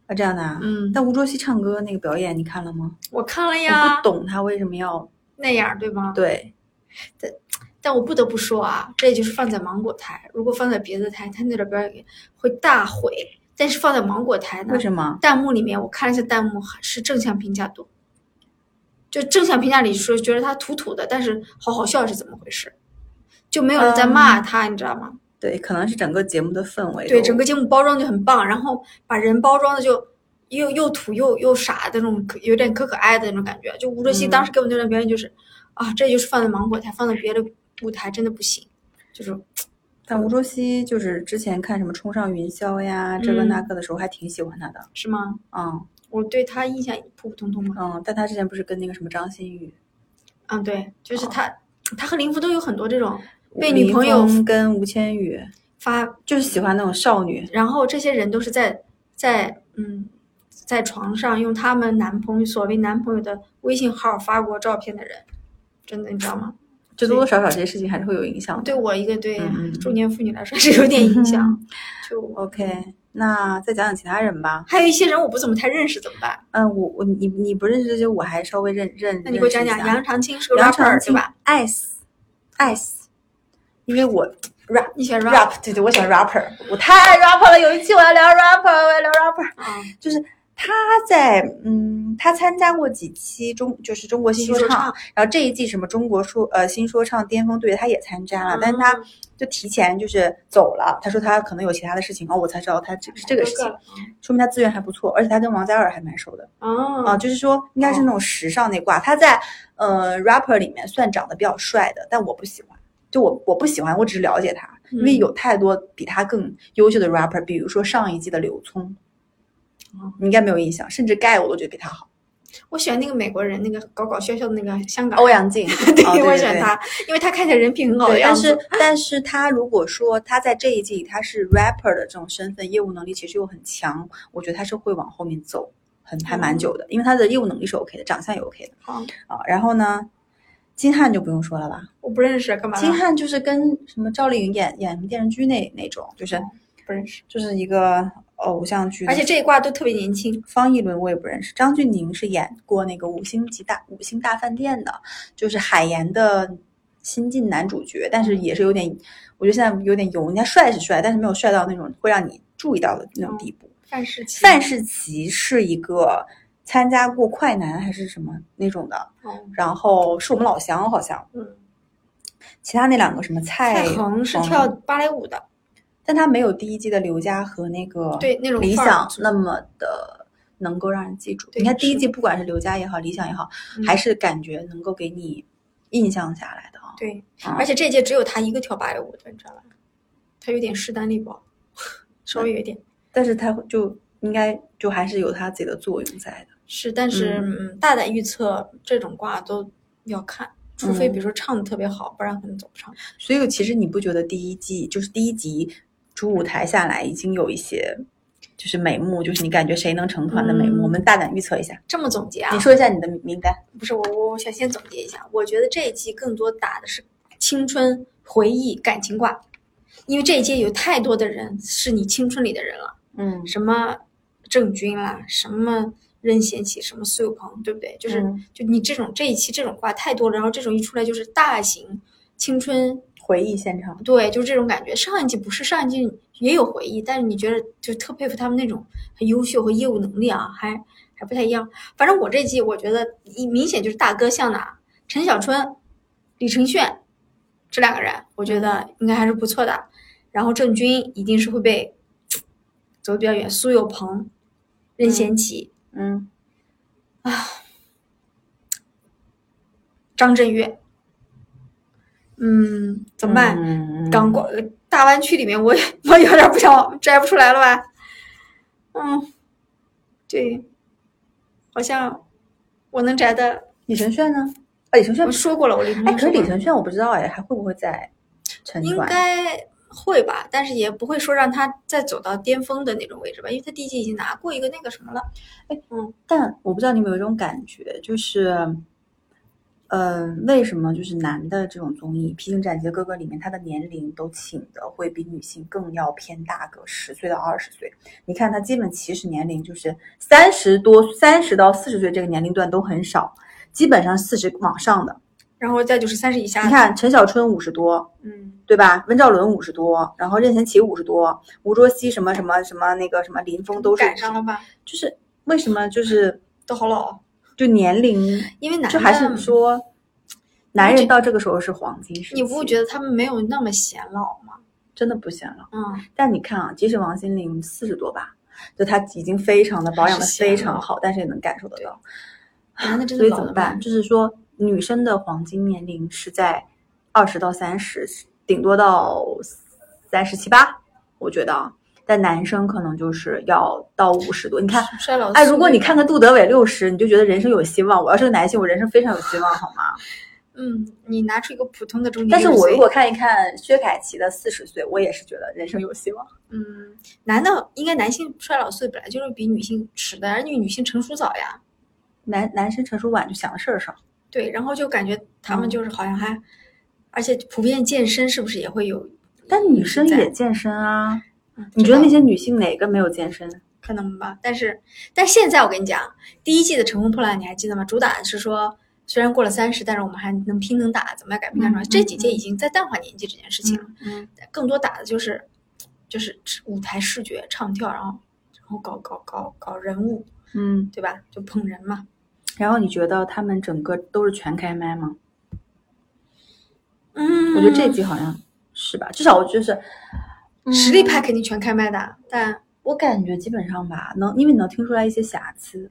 啊这样的啊。
嗯，
但吴卓羲唱歌那个表演你看了吗？
我看了
我
呀
不，懂他为什么要
那样对吗？
对，
但我不得不说啊，这也就是放在芒果台，如果放在别的台，他那点表演会大毁，但是放在芒果台呢，
为什么？
弹幕里面我看了一下弹幕，是正向评价多。就正向评价里说，觉得他土土的，但是好好笑是怎么回事？就没有人在
嗯
骂他，你知道吗？
对，可能是整个节目的氛围都。
对，整个节目包装就很棒，然后把人包装的就又又土又又傻的那种，可有点可可爱的那种感觉。就吴卓羲
嗯
当时给我那段表演就是，啊，这就是放在芒果台，放在别的舞台真的不行，就是
但吴卓羲就是之前看什么《冲上云霄》呀，这个
嗯
那个的时候，还挺喜欢他的。
是吗？
嗯
我对他印象普普通通嘛。
嗯，但他之前不是跟那个什么张馨予、
嗯，对，就是他，他和林峰都有很多这种被
哦林
女朋友
峰跟吴千语，
发
就是喜欢那种少女。
然后这些人都是在在嗯，在床上用他们男朋友所谓男朋友的微信号发过照片的人，真的你知道吗？
就多多少少这些事情还是会有影响的。
对我一个对
嗯嗯嗯
中年妇女来说是有点影响。 就
OK，那再讲讲其他人吧。
还有一些人我不怎么太认识，怎么办？
嗯，我我你你不认识这些，我还稍微认认。
那你给我
认
讲
识一
讲
下
杨长青是个
杨长
rapper 对
青
吧？
？Ice，Ice，因为我 rap
你喜欢 rap
rap，对对，我喜欢 rapper，我太爱 rapper 了。有一期我要聊 rapper，我要聊 rapper。
啊？
就是他在嗯，他参加过几期中就是中国新说
新说
唱
唱，
然后这一季什么中国说呃新说唱巅峰队他也参加了，但是他
嗯
就提前就是走了。他说他可能有其他的事情，哦，我才知道他这是这个事情，说明他资源还不错，而且他跟王嘉尔还蛮熟的啊、
啊，
就是说应该是那种时尚那挂。他在呃 rapper 里面算长得比较帅的，但我不喜欢，就我我不喜欢，我只了解他，因为
嗯
有太多比他更优秀的 rapper，比如说上一季的刘聪，
哦
你应该没有印象，甚至盖我都觉得比他好。
嗯我喜欢那个美国人，那个搞搞笑笑的那个香港人
欧阳靖，哦对
啊 对，我喜欢
对
他，因为他看起来人品很好的
对，
样
但
子。
是但是他如果说他在这一季里他是 rapper 的这种身份，业务能力其实又很强，我觉得他是会往后面走，很还
哦
蛮久的，因为他的业务能力是 OK 的，长相也 OK 的
好，
啊。然后呢，金瀚就不用说了吧，
我不认识，干嘛？
金瀚就是跟什么赵丽颖演演什么电视剧那那种，就是
不认识，
就是一个偶像剧
哦
的，
而且这一挂都特别年轻。
方逸伦我也不认识，张峻宁是演过那个《五星级大五星大饭店》的，就是海岩的新晋男主角，但是也是有点，我觉得现在有点油，人家帅是帅，但是没有帅到那种会让你注意到的那种地步。
范世琦，
范世琦是一个参加过快男还是什么那种的，
哦
然后是我们老乡好像，
嗯，
其他那两个什么蔡
蔡恒是
黄
跳芭蕾舞的，
但他没有第一季的刘佳和那个
对那种
理
范儿
想那么的能够让人记住。
对
你看第一
是
季，不管是刘佳也好，理想也好，
嗯
还是感觉能够给你印象下来的啊。
对，
嗯
而且这届只有他一个跳芭蕾舞的，你知道吧？他有点势单力薄， 稍微有一点
但是他就应该就还是有他自己的作用在的。
是，但是嗯，大胆预测这种挂都要看，除非
嗯
比如说唱的特别好，不然可能走不上。
所以其实你不觉得第一季就是第一集主舞台下来已经有一些就是眉目，就是你感觉谁能成团的眉目？
嗯
我们大胆预测一下，
这么总结啊
你？说一下你的名单。
不是我，我我想先总结一下，我觉得这一季更多打的是青春回忆、感情挂，因为这一届有太多的人是你青春里的人了，
嗯，
什么郑钧啦，什么任贤齐，什么苏有朋，对不对？就是、
嗯
就你这种这一期这种挂太多了，然后这种一出来就是大型青春，
回忆现场。
对，就是这种感觉。上一季不是上一季也有回忆，但是你觉得就特佩服他们那种很优秀和业务能力啊，还还不太一样。反正我这季我觉得一明显就是大哥向哪，陈小春、李承铉这两个人，我觉得应该还是不错的。然后郑钧一定是会被走得比较远，苏有朋、任贤齐、
嗯，
张震岳，嗯，怎么办？
嗯
港广呃大湾区里面我， 我有点不想摘不出来了吧？嗯，对，好像我能摘的，
李承铉呢？啊，李承铉
我说过了，我李
哎，可是李
晨
承铉我不知道哎，还会不会在成
应
团？
该会吧，但是也不会说让他再走到巅峰的那种位置吧，因为他第一季已经拿过一个那个什么了，
但我不知道你有没有一种感觉，就是，呃，为什么就是男的这种综艺《披荆斩棘的哥哥》里面，他的年龄都请的会比女性更要偏大个十岁到二十岁？你看他基本起始年龄就是三十多、三十到四十岁这个年龄段都很少，基本上四十往上的。
然后再就是三十以下，
你，看陈小春五十多，
嗯，
对吧？温兆伦五十多，然后任贤齐五十多，吴卓羲什么什么什么那个什么林峰都是
赶上了吧，
就是为什么就是
都好老哦，
就年龄
因为男
就还
的
是说，男人到这个时候是黄金时期，
你不觉得他们没有那么显老吗？
真的不行了？
嗯，
但你看啊，即使王心凌四十多吧，就她已经非常的保养的
是显老
非常好，但是也能感受得到。
男的真
所
的
以
老
怎么
得
办？
慢？
就是说，女生的黄金年龄是在二十到三十，顶多到三十七八，我觉得啊。但男生可能就是要到五十多。你看，
衰老，
哎，如果你看，个杜德伟六十，你就觉得人生有希望。我要是个男性，我人生非常有希望，好吗？
嗯，你拿出一个普通的中年，
但是我如果看一看薛凯琪的四十岁，我也是觉得人生有希望。
嗯，男的应该男性衰老岁本来就是比女性迟的，而女女性成熟早呀。
男男生成熟晚就想的事儿少，
对，然后就感觉他们
嗯
就是好像还，而且普遍健身是不是也会有？
但女生
在
也健身啊。
嗯
你
不嗯知
觉得那
道
些女性哪个没有健身？
可能吧？但是但现在我跟你讲，第一季的《乘风破浪》你还记得吗？主打的是说，虽然过了三十，但是我们还能拼能打，怎么样改变现状？
嗯嗯
这几届已经在淡化年纪这件事情了，
嗯，
更多打的就是就是舞台视觉、唱跳，然后然后搞搞搞搞人物，
嗯，
对吧？就捧人嘛。
然后你觉得他们整个都是全开麦吗？
嗯，
我觉得这季好像是吧，至少我就是嗯
实力派肯定全开麦的，但
我感觉基本上吧，能因为你能听出来一些瑕疵。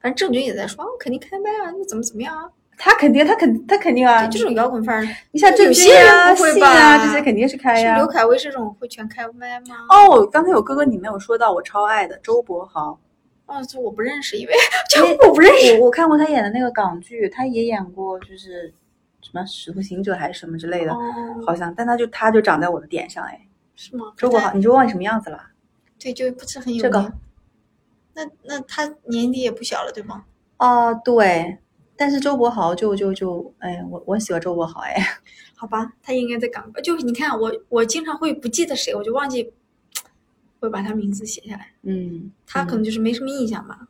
反正郑钧也在说，啊我肯定开麦啊，那怎么怎么样啊？
他肯定，他肯他肯定啊，
对，这种摇滚范儿，
你像
有
郑
些
钧啊、
人不会
信
吧
啊这些肯定是开
是
呀、
刘恺威这种会全开麦吗？
哦，刚才有哥哥你没有说到，我超爱的周柏 豪，
哦，这我不认识一位，
因
就
为
我不认识。
我我看过他演的那个港剧，他也演过就是什么《使徒行者》还是什么之类的，
哦，
好像，但他就他就长在我的点上哎。
是吗？
周柏豪，你就忘记什么样子了？
对，就不是很有
这个
名。那那他年纪也不小了，对吗？
哦，对，但是周柏豪就就就，哎，我我喜欢周柏豪哎。
好吧，他应该在港，就是你看我，我经常会不记得谁，我就忘记会把他名字写下来。
嗯，
他可能就是没什么印象吧。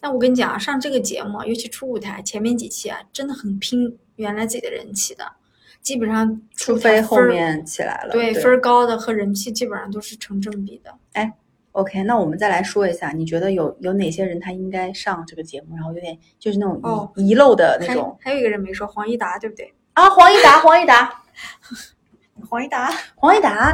但我跟你讲啊，上这个节目，尤其出舞台前面几期啊，真的很拼原来自己的人气的，基本上
除
出
非
台
后
分儿
面起来了。
对
对
分儿高的和人气基本上都是成正比的。
OK，那我们再来说一下，你觉得有有哪些人他应该上这个节目，然后有点就是那种遗、
哦
遗漏的那
还
种
还有一个人没说，黄义达对不对？
啊？黄义达，黄义达，
黄义达
黄义达，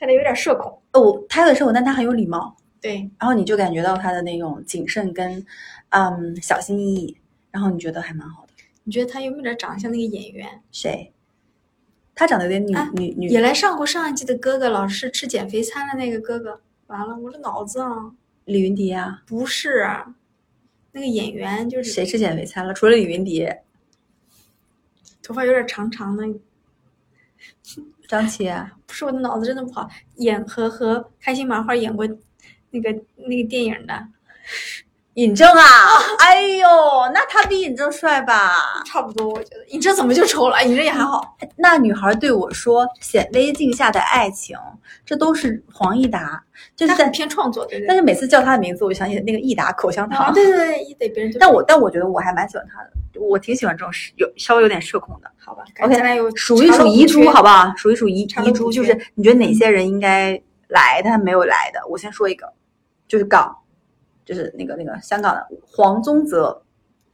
看来有点社恐。
呃我他有点社恐，但他很有礼貌，
对，
然后你就感觉到他的那种谨慎跟嗯小心翼翼，然后你觉得还蛮好的。
你觉得他有没有点长得像那个演员？
谁？他长得有点女、
啊
女女
也来上过上一季的哥哥，老是吃减肥餐的那个哥哥。完了，我的脑子啊，
李云迪啊？
不是啊，那个演员就是
谁吃减肥餐了？除了李云迪，
头发有点长长的，
张琪啊？
不是我的脑子真的不好。演和和开心麻花演过那个那个电影的，
尹正啊？哎呦，那他比尹正帅吧？
差不多我觉得。你这怎么就丑了？你这也还 好。
那女孩对我说：“显微镜下的爱情，这都是黄义达，这
他
是
很
在。
偏创作，对不
但
对？
是每次叫他的名字，我就想起那个益达口香
啊，
糖。
对对对，一得别人就
但我但我觉得我还蛮喜欢他的，我挺喜欢这种是有稍微有点社恐的。
好吧
OK，
咱俩有
数一
查漏
数
补
遗
缺
珠，好不好？数一数遗
查漏
遗
补
珠，
缺
就是你觉得哪些人应该来，但没有来的。我先说一个，就是港，就是那个那个香港的黄宗泽，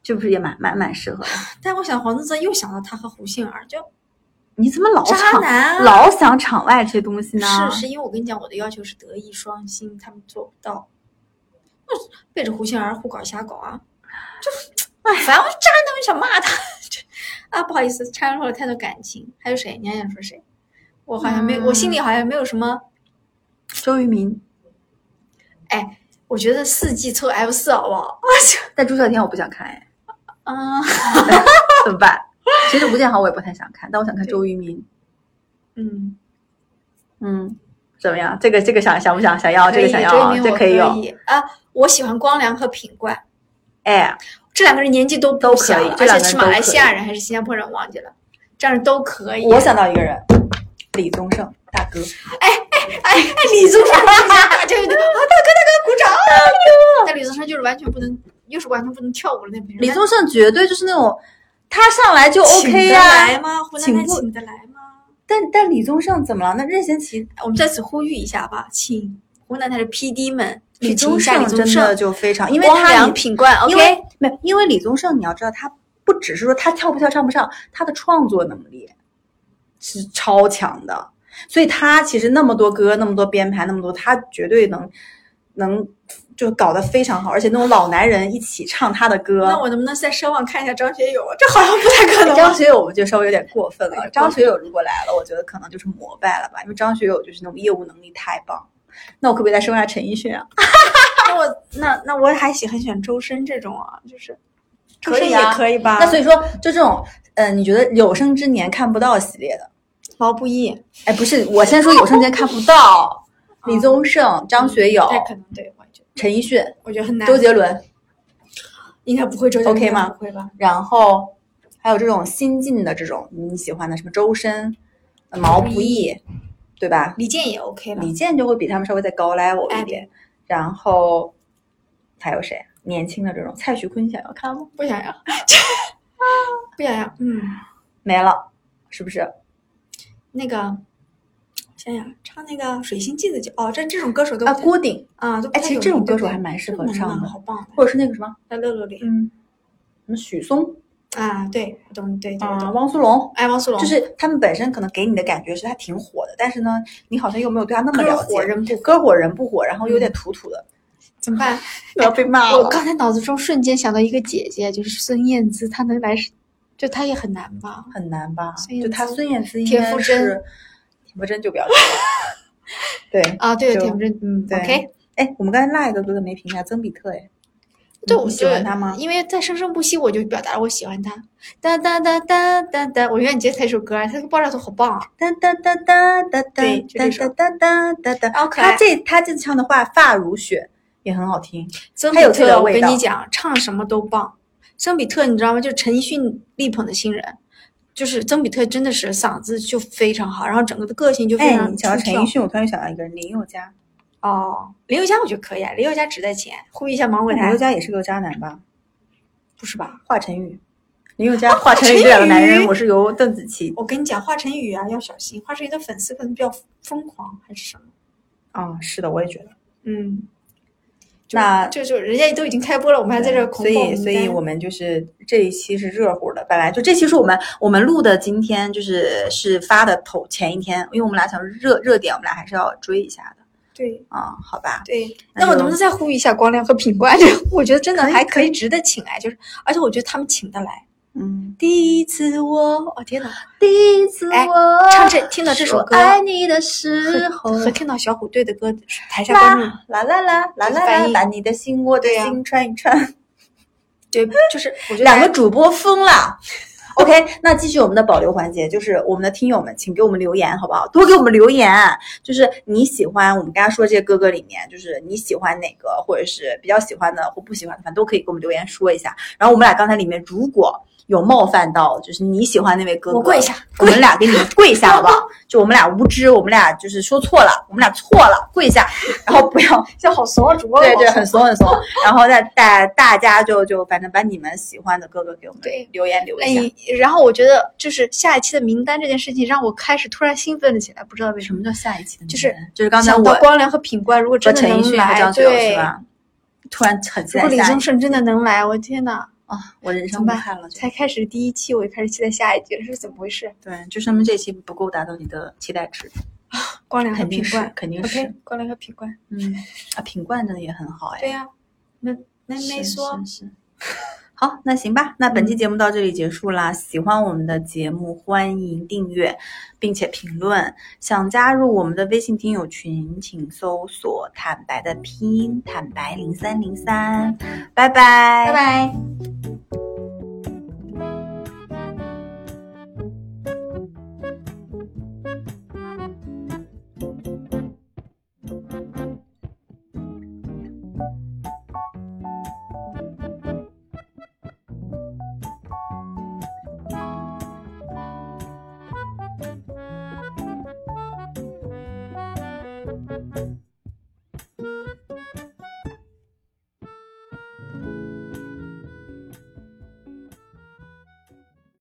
是不是也蛮蛮蛮适合的？
但我想黄宗泽又想到他和胡杏儿，就
你怎么老
渣
想
男啊、
老想场外这些东西呢？
是是因为我跟你讲，我的要求是德艺双馨，他们做不到。那背着胡杏儿胡搞瞎搞啊， 就哎，反正我就渣男，我就想骂他。就啊，不好意思，掺入了太多感情。还有谁？你还想说谁？我好像没有，我
嗯
心里好像没有什么。
周渝民。
哎，我觉得四季凑 F 四好不好？
但朱孝天我不想看，哎，
啊，
怎么办？其实吴建豪我也不太想看，但我想看周渝民。
嗯，
嗯，怎么样？这个这个想想不想想要？
可
这个
以，
想
追
要啊，
名
这
我
可以有。
以啊。我喜欢光良和品冠。
哎，
这两个人年纪都
都
不小
可以
了，
这
而且
两个人
是
都
马来
可
西亚人还是新加坡人，我忘记了，这样都可以。
我想到一个人，李宗盛大哥。
哎哎，李宗盛，大家有点啊，大哥大哥，鼓掌！但李宗盛就是完全不能，又是完全不能跳舞的那批人。
李宗盛绝对就是那种，他上来就
请
OK
得
呀、
来吗？湖南
请
台
不
啊请得来吗？
但但李宗盛怎么了？那任贤齐、
我们在此呼吁一下吧，请湖南台的 PD 们去
李
请
宗
一下
盛
李宗
真的
盛，
就非常，因为
光
他
良、品冠
因为
，OK，
没有因为李宗盛，你要知道他不只是说他跳不跳唱不唱，他的创作能力是超强的，所以他其实那么多歌、那么多编排、那么多，他绝对能能就搞得非常好，而且那种老男人一起唱他的歌，
那我能不能再奢望看一下张学友？这好像不太可能啊吧。
张学友我觉得稍微有点过分了。张学友如果来了，我觉得可能就是膜拜了吧，因为张学友就是那种业务能力太棒。那我可不可以再说一下陈奕迅啊？
那我那那我还喜很喜欢周深这种啊，就是周
可
深
以
也
啊
可以吧？
那所以说，就这种，呃，你觉得有生之年看不到系列的，
毛不易，
哎，不是，我先说有生之年看不到，李宗盛、张学友
不、太可能对，我觉得
陈奕迅、
我觉得很难。
周杰伦，
应该不会周杰
OK
伦
吗
不会吧？
然后还有这种新晋的这种你喜欢的，什么周深、呃毛不易，对吧？
李健也 OK 了，
李健就会比他们稍微再高 level
嗯哎
一点。然后还有谁？啊年轻的这种，蔡徐坤想要看吗？
不 想要，不想要。嗯，
没了，是不是？
那个想想唱那个《水星记》的就哦，这这种歌手都
啊，郭顶，
啊都不
哎，
太
其实
有
这种
名
歌
对不
手
对
还蛮适
这
合
种
唱
蛮
的，
好棒的，
或者是那个什么，
在乐乐里
嗯，什么许嵩
啊，对，我懂，对对我
啊，
懂，
汪苏泷。
哎，嗯汪苏泷
就是他们本身可能给你的感觉是他挺火的，但是呢，你好像又没有对他那么
歌
了解。
火嗯人不
歌火人不火，然后有点土土的，哎
怎么办？
我要被骂
啊我
了。
刚才脑子中瞬间想到一个姐姐，就是孙燕姿，她能来，就她也很难吧？
很难吧？
孙燕
就他
姿
孙燕姿应
田
该
馥甄
是，田馥甄 就比较对
啊，对，
就
田馥甄，嗯
对
，OK，
哎，我们刚才落一个歌的没评价，曾比特哎，
对，
你
我
喜
就
欢他吗？
因为在生生不息，我就表达了我喜欢他。哒哒哒哒哒哒，我永远记得他一首歌啊，他这个爆炸头好棒啊！
哒哒哒哒哒哒
对就这
哒哒哒哒哒
好
哒。
可爱
他这他这唱的话，发如雪也很好听。
曾比
他有这
特，
个
我
味
跟
道
你讲，唱什么都棒。曾比特，你知道吗？就是陈奕迅力捧的新人，就是曾比特真的是嗓子就非常好，然后整个的个性就非
哎，
常
你讲到
出
陈
挑
奕迅，我突然又想到一个人，林宥嘉。
哦，林宥嘉我觉得可以啊，林宥嘉值得钱，呼吁一下芒果
哎林
台
宥，嘉也是个渣男吧？
不是吧？
华晨宇，林宥嘉、华晨宇这两个男
哦宇
人，我是由邓紫棋
我跟你讲，华晨宇啊要小心，华晨宇的粉丝可能比较疯狂还是什么？
啊，是的，我也觉得。
嗯，就
那
就就人家都已经开播了，我们还在这儿恐
所
爆
以，
名
所以
单
我们就是这一期是热乎的。本来就这期是我们我们录的，今天就是是发的头前一天，因为我们俩想热热点，我们俩还是要追一下的
对
啊、好吧？
对，
那
那我
就
能不能再呼吁一下光良和品冠？就 我觉得真的
哎可以
还可
可
以，值得请来，就是而且我觉得他们请得来。
嗯，
第一次我，我、天哪！
第一次
哎
我
唱这听到这首歌
啊说爱你的时
和
候，
和听到小虎队的歌，台下观众
啦啦啦啦啦
就是翻
啦，
译
把你的心我的
对呀
心串一串。
对，就是我觉得哎
两个主播疯了。OK，那继续我们的保留环节，就是我们的听友们，请给我们留言，好不好？多给我们留言，就是你喜欢我们刚才说这些哥哥里面，就是你喜欢哪个，或者是比较喜欢的或不喜欢的，反正都可以给我们留言说一下。然后我们俩刚才里面如果有冒犯到，就是你喜欢那位哥哥，
我跪下，
我们俩给你跪下，好不好？就我们俩无知，我们俩就是说错了，我们俩错了，跪下，然后不要
这好怂啊，主播
对
好
对，
怂
很怂很怂。然后再大大家就就反正把你们喜欢的哥哥给我们
对
留言留一下。嗯
哎，然后我觉得就是下一期的名单这件事情，让我开始突然兴奋了起来，不知道为什
什
么。
么叫下一期的名单？
就是
就是刚才
想
我
到光良和品冠，如果
和
真的
陈奕
能
迅和
来，
张学友
对
是，吧？突然很期
如果
待
李
下一
宗
期
盛真的能来，我天呐，
啊！我人
怎
生
么
不
办
看了，就
才开始第一期我就开始期待下一集，是怎么回事？
对，就说明这期不够达到你的期待值，
光良和
肯定
品
是
冠
肯定是
OK，。光良和品冠，
嗯啊，品冠真的也很好哎。
对呀、那那
是
没说，
是是好，那行吧，那本期节目到这里结束啦。喜欢我们的节目，欢迎订阅，并且评论。想加入我们的微信听友群，请搜索“坦白”的拼音“坦白零三零三”。拜拜，
拜拜。